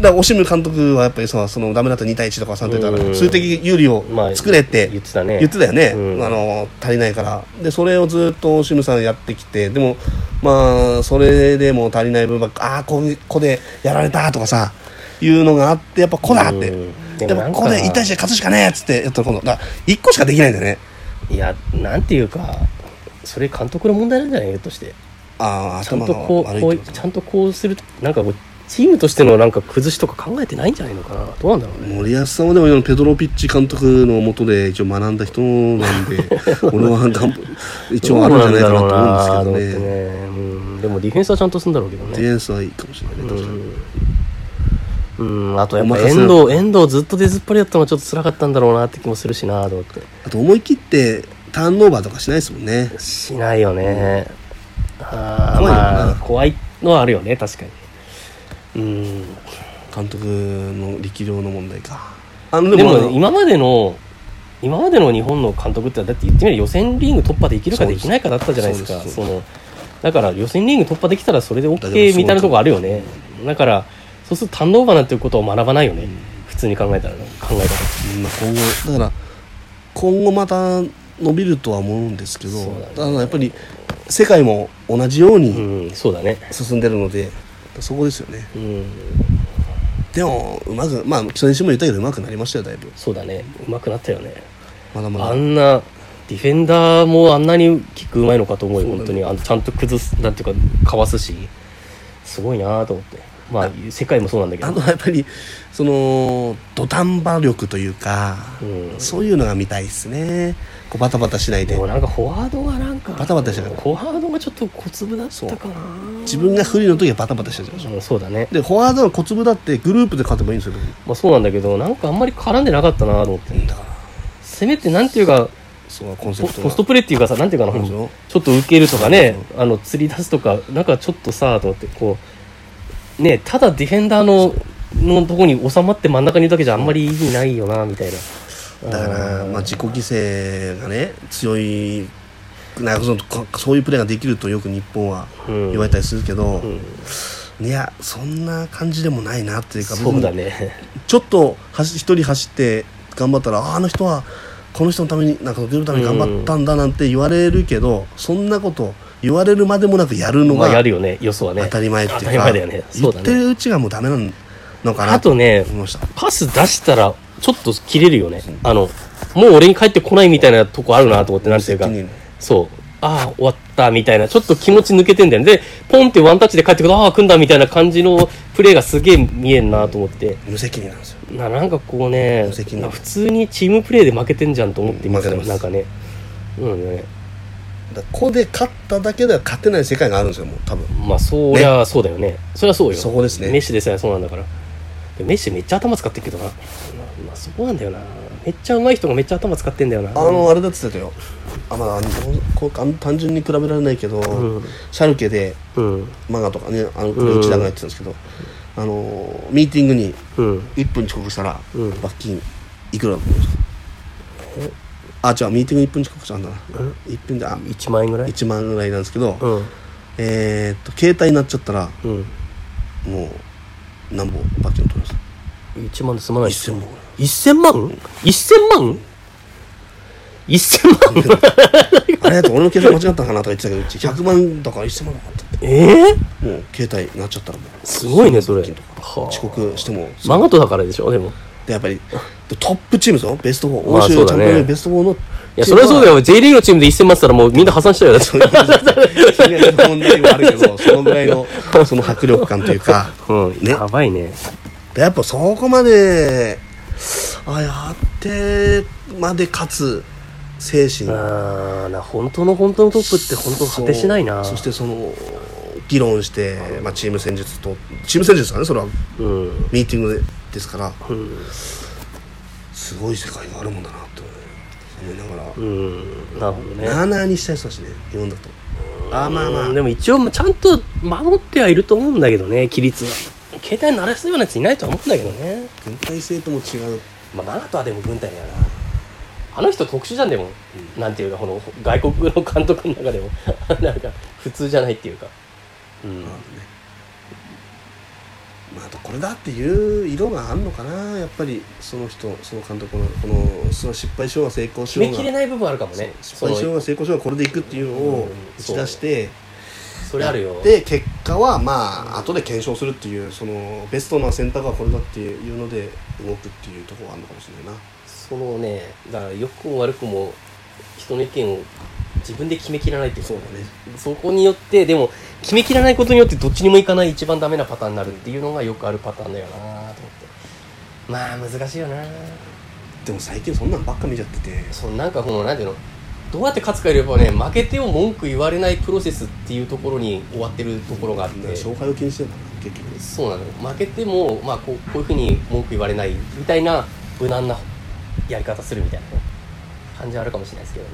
Speaker 1: らオシム監督はやっぱりさそのダメだったら2対1とか3対1と
Speaker 2: う
Speaker 1: か
Speaker 2: ん
Speaker 1: 数的有利を
Speaker 2: まあ
Speaker 1: 作れって
Speaker 2: 言ってたね
Speaker 1: 言ってたよね、
Speaker 2: うん
Speaker 1: あの足りないからでそれをずっとシムさんやってきてでもまあそれでも足りない分ばっかああここでやられたとかさいうのがあってやっぱこだって、
Speaker 2: うん
Speaker 1: で
Speaker 2: でも
Speaker 1: も
Speaker 2: なんか
Speaker 1: ここで1対1で勝つしかねえっつってやったら今度だ1個しかできないんだよね
Speaker 2: いやなんていうかそれ監督の問題なんじゃないひょっとして
Speaker 1: ああ
Speaker 2: ちゃん
Speaker 1: 頭
Speaker 2: と
Speaker 1: が
Speaker 2: こ
Speaker 1: 悪
Speaker 2: う
Speaker 1: い
Speaker 2: こ
Speaker 1: っ
Speaker 2: う
Speaker 1: てこと
Speaker 2: ちゃんとこうするなんかこうチームとしてのなんか崩しとか考えてないんじゃないのかなどうなんだろうね
Speaker 1: 森保さんはでも今のペドロピッチ監督のもとで一応学んだ人なん で俺は頑張一応あるんじゃないかなと思うんですけどね
Speaker 2: どねうんでもディフェンスはちゃんとするんだろうけど
Speaker 1: ディフ
Speaker 2: ね
Speaker 1: ェンスはいいかもしれないね確かに。
Speaker 2: うん、あとやっ
Speaker 1: お
Speaker 2: ぱ
Speaker 1: 任
Speaker 2: 遠
Speaker 1: せな
Speaker 2: 藤遠藤ずっと出ずっぱりだったのはちょっと辛かったんだろうなって気もするしなと思って
Speaker 1: あと思い切ってターンオーバーとかしないですもんね。
Speaker 2: しないよね、ああ
Speaker 1: 怖いよな
Speaker 2: まあ怖いのはあるよね確かにうん
Speaker 1: 監督の力量の問題か。あの
Speaker 2: でも、今までの今までの日本の監督ってだって言ってみれば予選リーグ突破できるかできないかだったじゃないですか
Speaker 1: そう
Speaker 2: そ
Speaker 1: ですそう
Speaker 2: のだから予選リーグ突破できたらそれで
Speaker 1: だけど
Speaker 2: OK
Speaker 1: そう
Speaker 2: みたいなとこあるよねだからそうするとターンオーバーなんていうことを学ばないよね、普通に考えたらね考えた
Speaker 1: まあ今後だから今後また伸びるとは思うんですけど、
Speaker 2: そうだね
Speaker 1: ただやっぱり世界も同じよう
Speaker 2: らう
Speaker 1: に
Speaker 2: んそうだね
Speaker 1: 進んでるので、そこですよね。
Speaker 2: うん
Speaker 1: でもうまくまあ基礎にも言ったけどうまくなりましたよだいぶ。
Speaker 2: そうだねうまくなったよね
Speaker 1: まだま
Speaker 2: あ
Speaker 1: だ。
Speaker 2: んなディフェンダーもあんなにキックうまいのかと思う
Speaker 1: そ
Speaker 2: よ
Speaker 1: うだ
Speaker 2: 本
Speaker 1: ね
Speaker 2: 当にあのちゃんと崩すなんていうかかわすしすごいなと思ってまあ世界もそうなんだけど
Speaker 1: あとはやっぱりその土壇場力というか、
Speaker 2: うん
Speaker 1: そういうのが見たいですね。こうバタバタしない
Speaker 2: で
Speaker 1: で
Speaker 2: もなんかフォワードがなんか
Speaker 1: バタバタしたから
Speaker 2: フォワードがちょっと小粒だったかな
Speaker 1: 自分が不利の時はバタバタしてるでしょ。
Speaker 2: うんそうだね
Speaker 1: でフォワードの小粒だってグループで勝てばいいんですよ
Speaker 2: まあそうなんだけどなんかあんまり絡んでなかったなと思って
Speaker 1: だから
Speaker 2: せめてなんていうか
Speaker 1: そうコンセ
Speaker 2: ポ
Speaker 1: プト
Speaker 2: ポストプレーっていうかさなんていうかな
Speaker 1: そうで
Speaker 2: ち
Speaker 1: し
Speaker 2: ょ
Speaker 1: ょ
Speaker 2: っと受けるとかねあの釣り出すとかなんかちょっとさと思ってこうねただディフェンダーののとこに収まって真ん中にいるだけじゃあんまり意味ないよなみたいな
Speaker 1: だから、まあ、自己犠牲がね強いなんかそのこそういうプレーができるとよく日本は
Speaker 2: うん
Speaker 1: 言われたりするけど、
Speaker 2: うん
Speaker 1: いやそんな感じでもないなっていうか
Speaker 2: そうだ
Speaker 1: 別に
Speaker 2: ね
Speaker 1: ちょっと走一人走って頑張ったらああの人はこの人のためになんかグループのために頑張ったんだなんて言われるけど、そんなこと言われるまでもなくやるの
Speaker 2: まあ
Speaker 1: が
Speaker 2: やるよねよそはね
Speaker 1: 当たり前っていうか、
Speaker 2: 当たり前だよねそう
Speaker 1: 言
Speaker 2: だ
Speaker 1: って
Speaker 2: ね
Speaker 1: るうちがもうダメなのかな
Speaker 2: あとね
Speaker 1: 思いました
Speaker 2: パス出したらちょっと切れるよねあのもう俺に帰ってこないみたいなとこあるなと思ってなんていうか
Speaker 1: 責任
Speaker 2: そうああ終わったみたいなちょっと気持ち抜けてんだよねでポンってワンタッチで帰ってくるああ組んだみたいな感じのプレーがすげえ見えんなと思って
Speaker 1: 無責任なんですよ
Speaker 2: ななんかこうね
Speaker 1: 無責任
Speaker 2: 普通にチームプレーで負けてんじゃんと思ってみた
Speaker 1: うん負けて
Speaker 2: ら
Speaker 1: ます
Speaker 2: なんかねうんね
Speaker 1: だからここで勝っただけでは勝てない世界があるんですよもう多分
Speaker 2: まあそりゃそうだよねそりゃそうよ
Speaker 1: そこですね
Speaker 2: メッシでさえそうなんだからでメッシめっちゃ頭使ってるけどな、まあ、そこなんだよなめっちゃ上手い人がめっちゃ頭使ってんだよな
Speaker 1: あのあれだって言ってたよあまああのこうあの単純に比べられないけど、
Speaker 2: うん
Speaker 1: シャルケで
Speaker 2: うん
Speaker 1: マガとかねあのこれ内田がやってたんですけど、あのミーティングに
Speaker 2: うん
Speaker 1: 1分遅刻したら、
Speaker 2: うん
Speaker 1: 罰金いくらだと思いますかあ違うミーティング1分遅刻したんだな、1分であ
Speaker 2: 1万円ぐらい
Speaker 1: 1万ぐらいなんですけど、
Speaker 2: うん
Speaker 1: えーっと携帯になっちゃったら
Speaker 2: うん
Speaker 1: もう何本罰金を取ります
Speaker 2: 1万で済まないっ
Speaker 1: 1000万
Speaker 2: 1000万1000万1000万
Speaker 1: あれだ と俺の携帯間違ったのかなとか言ってたけどうち100万だから1000万だからって
Speaker 2: ええ
Speaker 1: もう携帯なっちゃったらもう
Speaker 2: すごいねそれ
Speaker 1: 罰金とか
Speaker 2: はあ
Speaker 1: 遅刻しても
Speaker 2: マガトだからでしょでも
Speaker 1: やっぱりトップチームですよベスト4
Speaker 3: まあ
Speaker 1: 欧州のチャ
Speaker 3: そ
Speaker 1: ン
Speaker 3: うだね
Speaker 1: ピオンリーグベスト4の
Speaker 3: いや、それはそうだよ。J リーグのチームで一戦待ってたらもうみんな破産したよ。だって
Speaker 1: そういうそれは問題もあるけどそのぐら いのその迫力感というか
Speaker 3: うん。
Speaker 1: ね
Speaker 2: やばいね。
Speaker 1: やっぱそこまであやってまで勝つ精神
Speaker 2: あーな本当の本当のトップって本当果てしないな
Speaker 1: そうそしてその議論して、まあ、チーム戦術とチーム戦術だねそれは
Speaker 2: うん、
Speaker 1: ミーティングでですから
Speaker 2: うん
Speaker 1: すごい世界があるもんだなと思いなが
Speaker 2: うんなるほどね
Speaker 1: らなあなあにしたい人だしね日本だとあーまあまあ
Speaker 2: うんでも一応ちゃんと守ってはいると思うんだけどね規律は携帯鳴らすようなやついないとは思うんだけどね
Speaker 1: 軍隊制とも違う
Speaker 2: まあ長田はでも軍隊だよなあの人特殊じゃんでも、なんていうかこの外国の監督の中でも なんか普通じゃないっていうかうん
Speaker 1: まあねまあ、あとこれだっていう色があるのかなやっぱりその人その監督のこのその失敗しようが成功し
Speaker 2: 決
Speaker 1: よう
Speaker 2: め
Speaker 1: が
Speaker 2: きれない部分あるかもね
Speaker 1: 失敗しようが成功しようがこれでいくっていうの
Speaker 2: う
Speaker 1: を
Speaker 2: ん
Speaker 1: 打ち出して、
Speaker 2: そのそれあるよ
Speaker 1: で結果はまあ後で検証するっていうそのベストな選択はこれだっていうので動くっていうところがあるのかもしれないな
Speaker 2: そのねだから良くも悪くも人の意見を自分で決めきらないっていうか
Speaker 1: だね
Speaker 2: そこによってでも決めきらないことによってどっちにもいかない一番ダメなパターンになるっていうのがよくあるパターンだよなと思ってまあ難しいよな
Speaker 1: でも最近そんなんばっか見ちゃってて
Speaker 2: そのなんかこのなんていうのどうやって勝つかよりはね負けても文句言われないプロセスっていうところに終わってるところがあって
Speaker 1: 勝敗を気にしてるんだな結局
Speaker 2: そうなのよ負けても、まあ、こうこういうふうに文句言われないみたいな無難なやり方するみたいな感じはあるかもしれないですけどね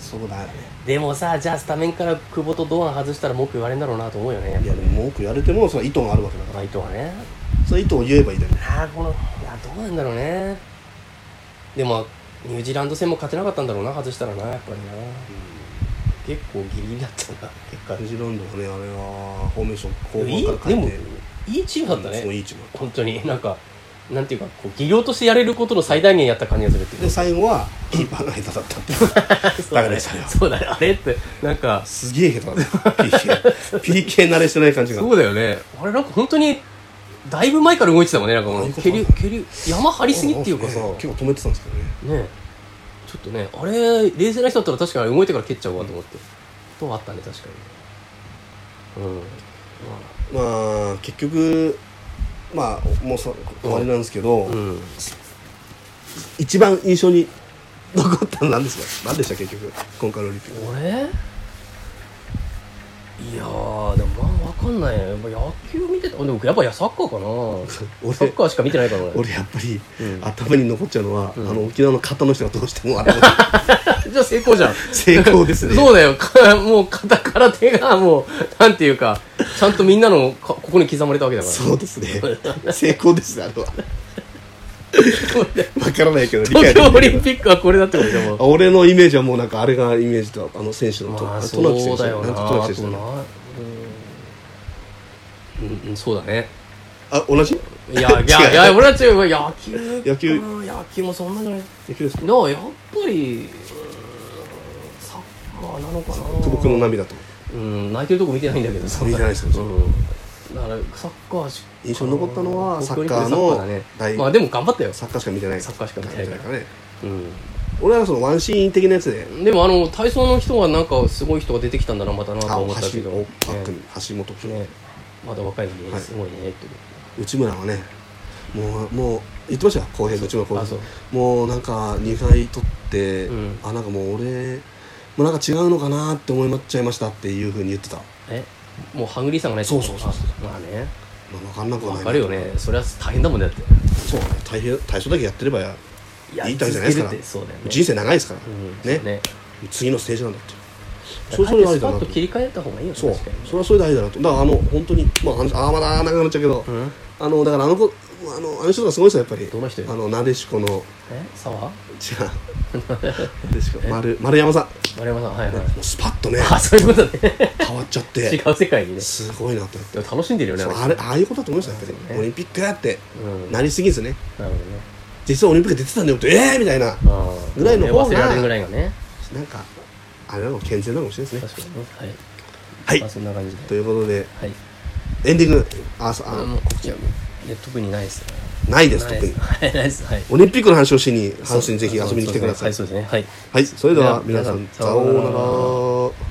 Speaker 1: そうだよね
Speaker 2: でもさじゃあスタメンから久保と堂安外したら文句言われるんだろうなと思うよねやっ
Speaker 1: いやでも文句言われてもその意図があるわけだか
Speaker 2: ぱ内藤はね
Speaker 1: らその意図を言えばいいだよね
Speaker 2: ああこのいやどうなんだろうねでもニュージーランド戦も勝てなかったんだろうな外したらなやっぱりな、結構ギリギリだったな結果
Speaker 1: ニュージーランドはねあれはフォーメーション
Speaker 2: い
Speaker 1: 後
Speaker 2: い
Speaker 1: 半から
Speaker 2: で
Speaker 1: 変
Speaker 2: も
Speaker 1: えて
Speaker 2: いいチームだったね、
Speaker 1: そういいチーム
Speaker 2: 本当になんかなんていうかこう技量としてやれることの最大限やった感じがするっていう
Speaker 1: で最後はキーパーが下手だったっていう
Speaker 2: そう
Speaker 1: だか
Speaker 2: だ
Speaker 1: ら
Speaker 2: ね
Speaker 1: それは
Speaker 2: そうだねあれってなんか
Speaker 1: すげえ下手だった PK, PK 慣れしてない感じが
Speaker 2: そうだよねあれなんか本当にだいぶ前から動いてたもんねなんかも
Speaker 1: あいううこと
Speaker 2: 蹴り蹴り山張りすぎっていうかさ
Speaker 1: ね
Speaker 2: ね
Speaker 1: 結構止めてたんですけどね
Speaker 2: ちょっとねあれ冷静な人だったら確かに動いてから蹴っちゃうわと思って、とはあったね確かにうん
Speaker 1: まあ結局まあもうさ終わりなんですけど、
Speaker 2: うん
Speaker 1: 一番印象に残ったのは何ですか何でした結局今回のオリンピック
Speaker 2: 俺いやーでもまあ分かんないねやっぱ野球見てたでもやっぱいやサッカーか な
Speaker 1: 俺
Speaker 2: サッカーしか見てないから俺
Speaker 1: 俺やっぱり、
Speaker 2: うん
Speaker 1: 頭に残っちゃうのは、
Speaker 2: ん
Speaker 1: あの沖縄の方の人がどうしてもあれ
Speaker 2: じゃあ成功じゃん
Speaker 1: 成功ですね
Speaker 2: そうだよかもう肩から手がもうなんていうかちゃんとみんなのかここに刻まれたわけだから
Speaker 1: そうですね成功ですねあれは分からないけど理解で
Speaker 2: 東京オ
Speaker 1: き
Speaker 2: リ
Speaker 1: る
Speaker 2: ンピックはこれだってことじゃんもう
Speaker 1: 俺のイメージはもうなんかあれがイメージとあの選手のと、
Speaker 2: まあそ
Speaker 1: トラキ選
Speaker 2: う
Speaker 1: 手
Speaker 2: だよな
Speaker 1: んとトラ
Speaker 2: あ
Speaker 1: キ選
Speaker 2: と
Speaker 1: 手だ
Speaker 2: な
Speaker 1: ね
Speaker 2: うん、うん、そうだね
Speaker 1: あ同じ
Speaker 2: い やいやいや俺は違う野球
Speaker 1: 野球
Speaker 2: うん野球もそんなじゃない
Speaker 1: 野球ですか
Speaker 2: なあやっぱりうんサッカーなのかな
Speaker 1: 久保君の涙と
Speaker 2: うん泣いてるとこ見てないんだけどそん
Speaker 1: 見てないですよそれ
Speaker 2: うんだからサッカーし
Speaker 1: 印象に残ったのは
Speaker 2: 東京オリンピ
Speaker 1: サッカーの
Speaker 2: ックでサッカーだ
Speaker 1: 第
Speaker 2: ねまあでも頑張ったよ
Speaker 1: サッカーしか見てない
Speaker 2: サッカーしか見てないから
Speaker 1: ね
Speaker 2: う
Speaker 1: 俺はそのワンシーン的なやつで
Speaker 2: んでもあの体操の人はなんかすごい人が出てきたんだなまたな
Speaker 1: あ
Speaker 2: と
Speaker 1: 橋
Speaker 2: 思ったけど
Speaker 1: お
Speaker 2: ね
Speaker 1: パックに橋本君、
Speaker 2: ねまだ若いの
Speaker 1: は
Speaker 2: に
Speaker 1: い
Speaker 2: すごいねって
Speaker 1: 内村はねもうもう言ってましたよ後編の内村
Speaker 2: あ
Speaker 1: 後
Speaker 2: そう
Speaker 1: 編もうなんか2回取って、
Speaker 2: うん
Speaker 1: あなんかもう俺もうなんか違うのかなって思いまっちゃいましたっていうふうに言ってた、ま
Speaker 2: えもうハングリーさんがない
Speaker 1: そうそうそうそう
Speaker 2: あまあね
Speaker 1: あ、分かんなくはな
Speaker 2: わ
Speaker 1: い
Speaker 2: かるよねそれは大変だもんねだって
Speaker 1: そうね対比対象だけやってればや
Speaker 2: や
Speaker 1: いいってわけじゃないですから
Speaker 2: 続けるってそうだよね
Speaker 1: 人生長いですから、
Speaker 2: うん
Speaker 1: ね
Speaker 2: ね
Speaker 1: 次のステージなんだってそれ
Speaker 2: そ
Speaker 1: それ
Speaker 2: れ
Speaker 1: であり
Speaker 2: ス
Speaker 1: だ
Speaker 2: パ
Speaker 1: な
Speaker 2: ッ
Speaker 1: と
Speaker 2: と切り替えた方がいいよね
Speaker 1: そう
Speaker 2: 確かに
Speaker 1: それはそれでありだなとだからあの本当にまあ話ああまだ長くなっちゃうけど、
Speaker 2: うん
Speaker 1: あのだからあの子あのあの人がすごいですよやっぱり
Speaker 2: どの人よ
Speaker 1: あのなでしこの違う
Speaker 2: え沢
Speaker 1: なでしこ丸丸山さん
Speaker 2: 丸山さんはいはい
Speaker 1: もうスパッとね
Speaker 2: あそういうことね
Speaker 1: 変わっちゃっ
Speaker 2: 違
Speaker 1: て
Speaker 2: う世界にね
Speaker 1: すごいなと思って
Speaker 2: でも楽しんでるよね
Speaker 1: そう
Speaker 2: の人
Speaker 1: あれああいうことだと思いましたやっ
Speaker 2: そう
Speaker 1: ぱ
Speaker 2: ね
Speaker 1: りオリンピックやって
Speaker 2: うんな
Speaker 1: なりすぎずね
Speaker 2: るほどね
Speaker 1: 実はオリンピック出てたんだよってええー、みたいな
Speaker 2: あー
Speaker 1: ぐらいの方が
Speaker 2: 忘れられるぐらいがね
Speaker 1: なんかあれなの健全なのかもしれないですね
Speaker 2: 確かにねは
Speaker 1: は
Speaker 2: い
Speaker 1: い
Speaker 2: まあそんな感じで
Speaker 1: ということで
Speaker 2: はい
Speaker 1: エンディングあそあ
Speaker 2: あもう
Speaker 1: 告知
Speaker 2: いや特にないですね
Speaker 1: ないです
Speaker 2: ない
Speaker 1: 特
Speaker 2: で
Speaker 1: に
Speaker 2: す。はい、ないです。はい。
Speaker 1: オリンピックの話をしに阪神にぜひ遊びに来てください
Speaker 2: はい、そうですね。はい。
Speaker 1: はいそれでは
Speaker 2: では
Speaker 1: 皆さん
Speaker 2: 皆さん
Speaker 1: さようなら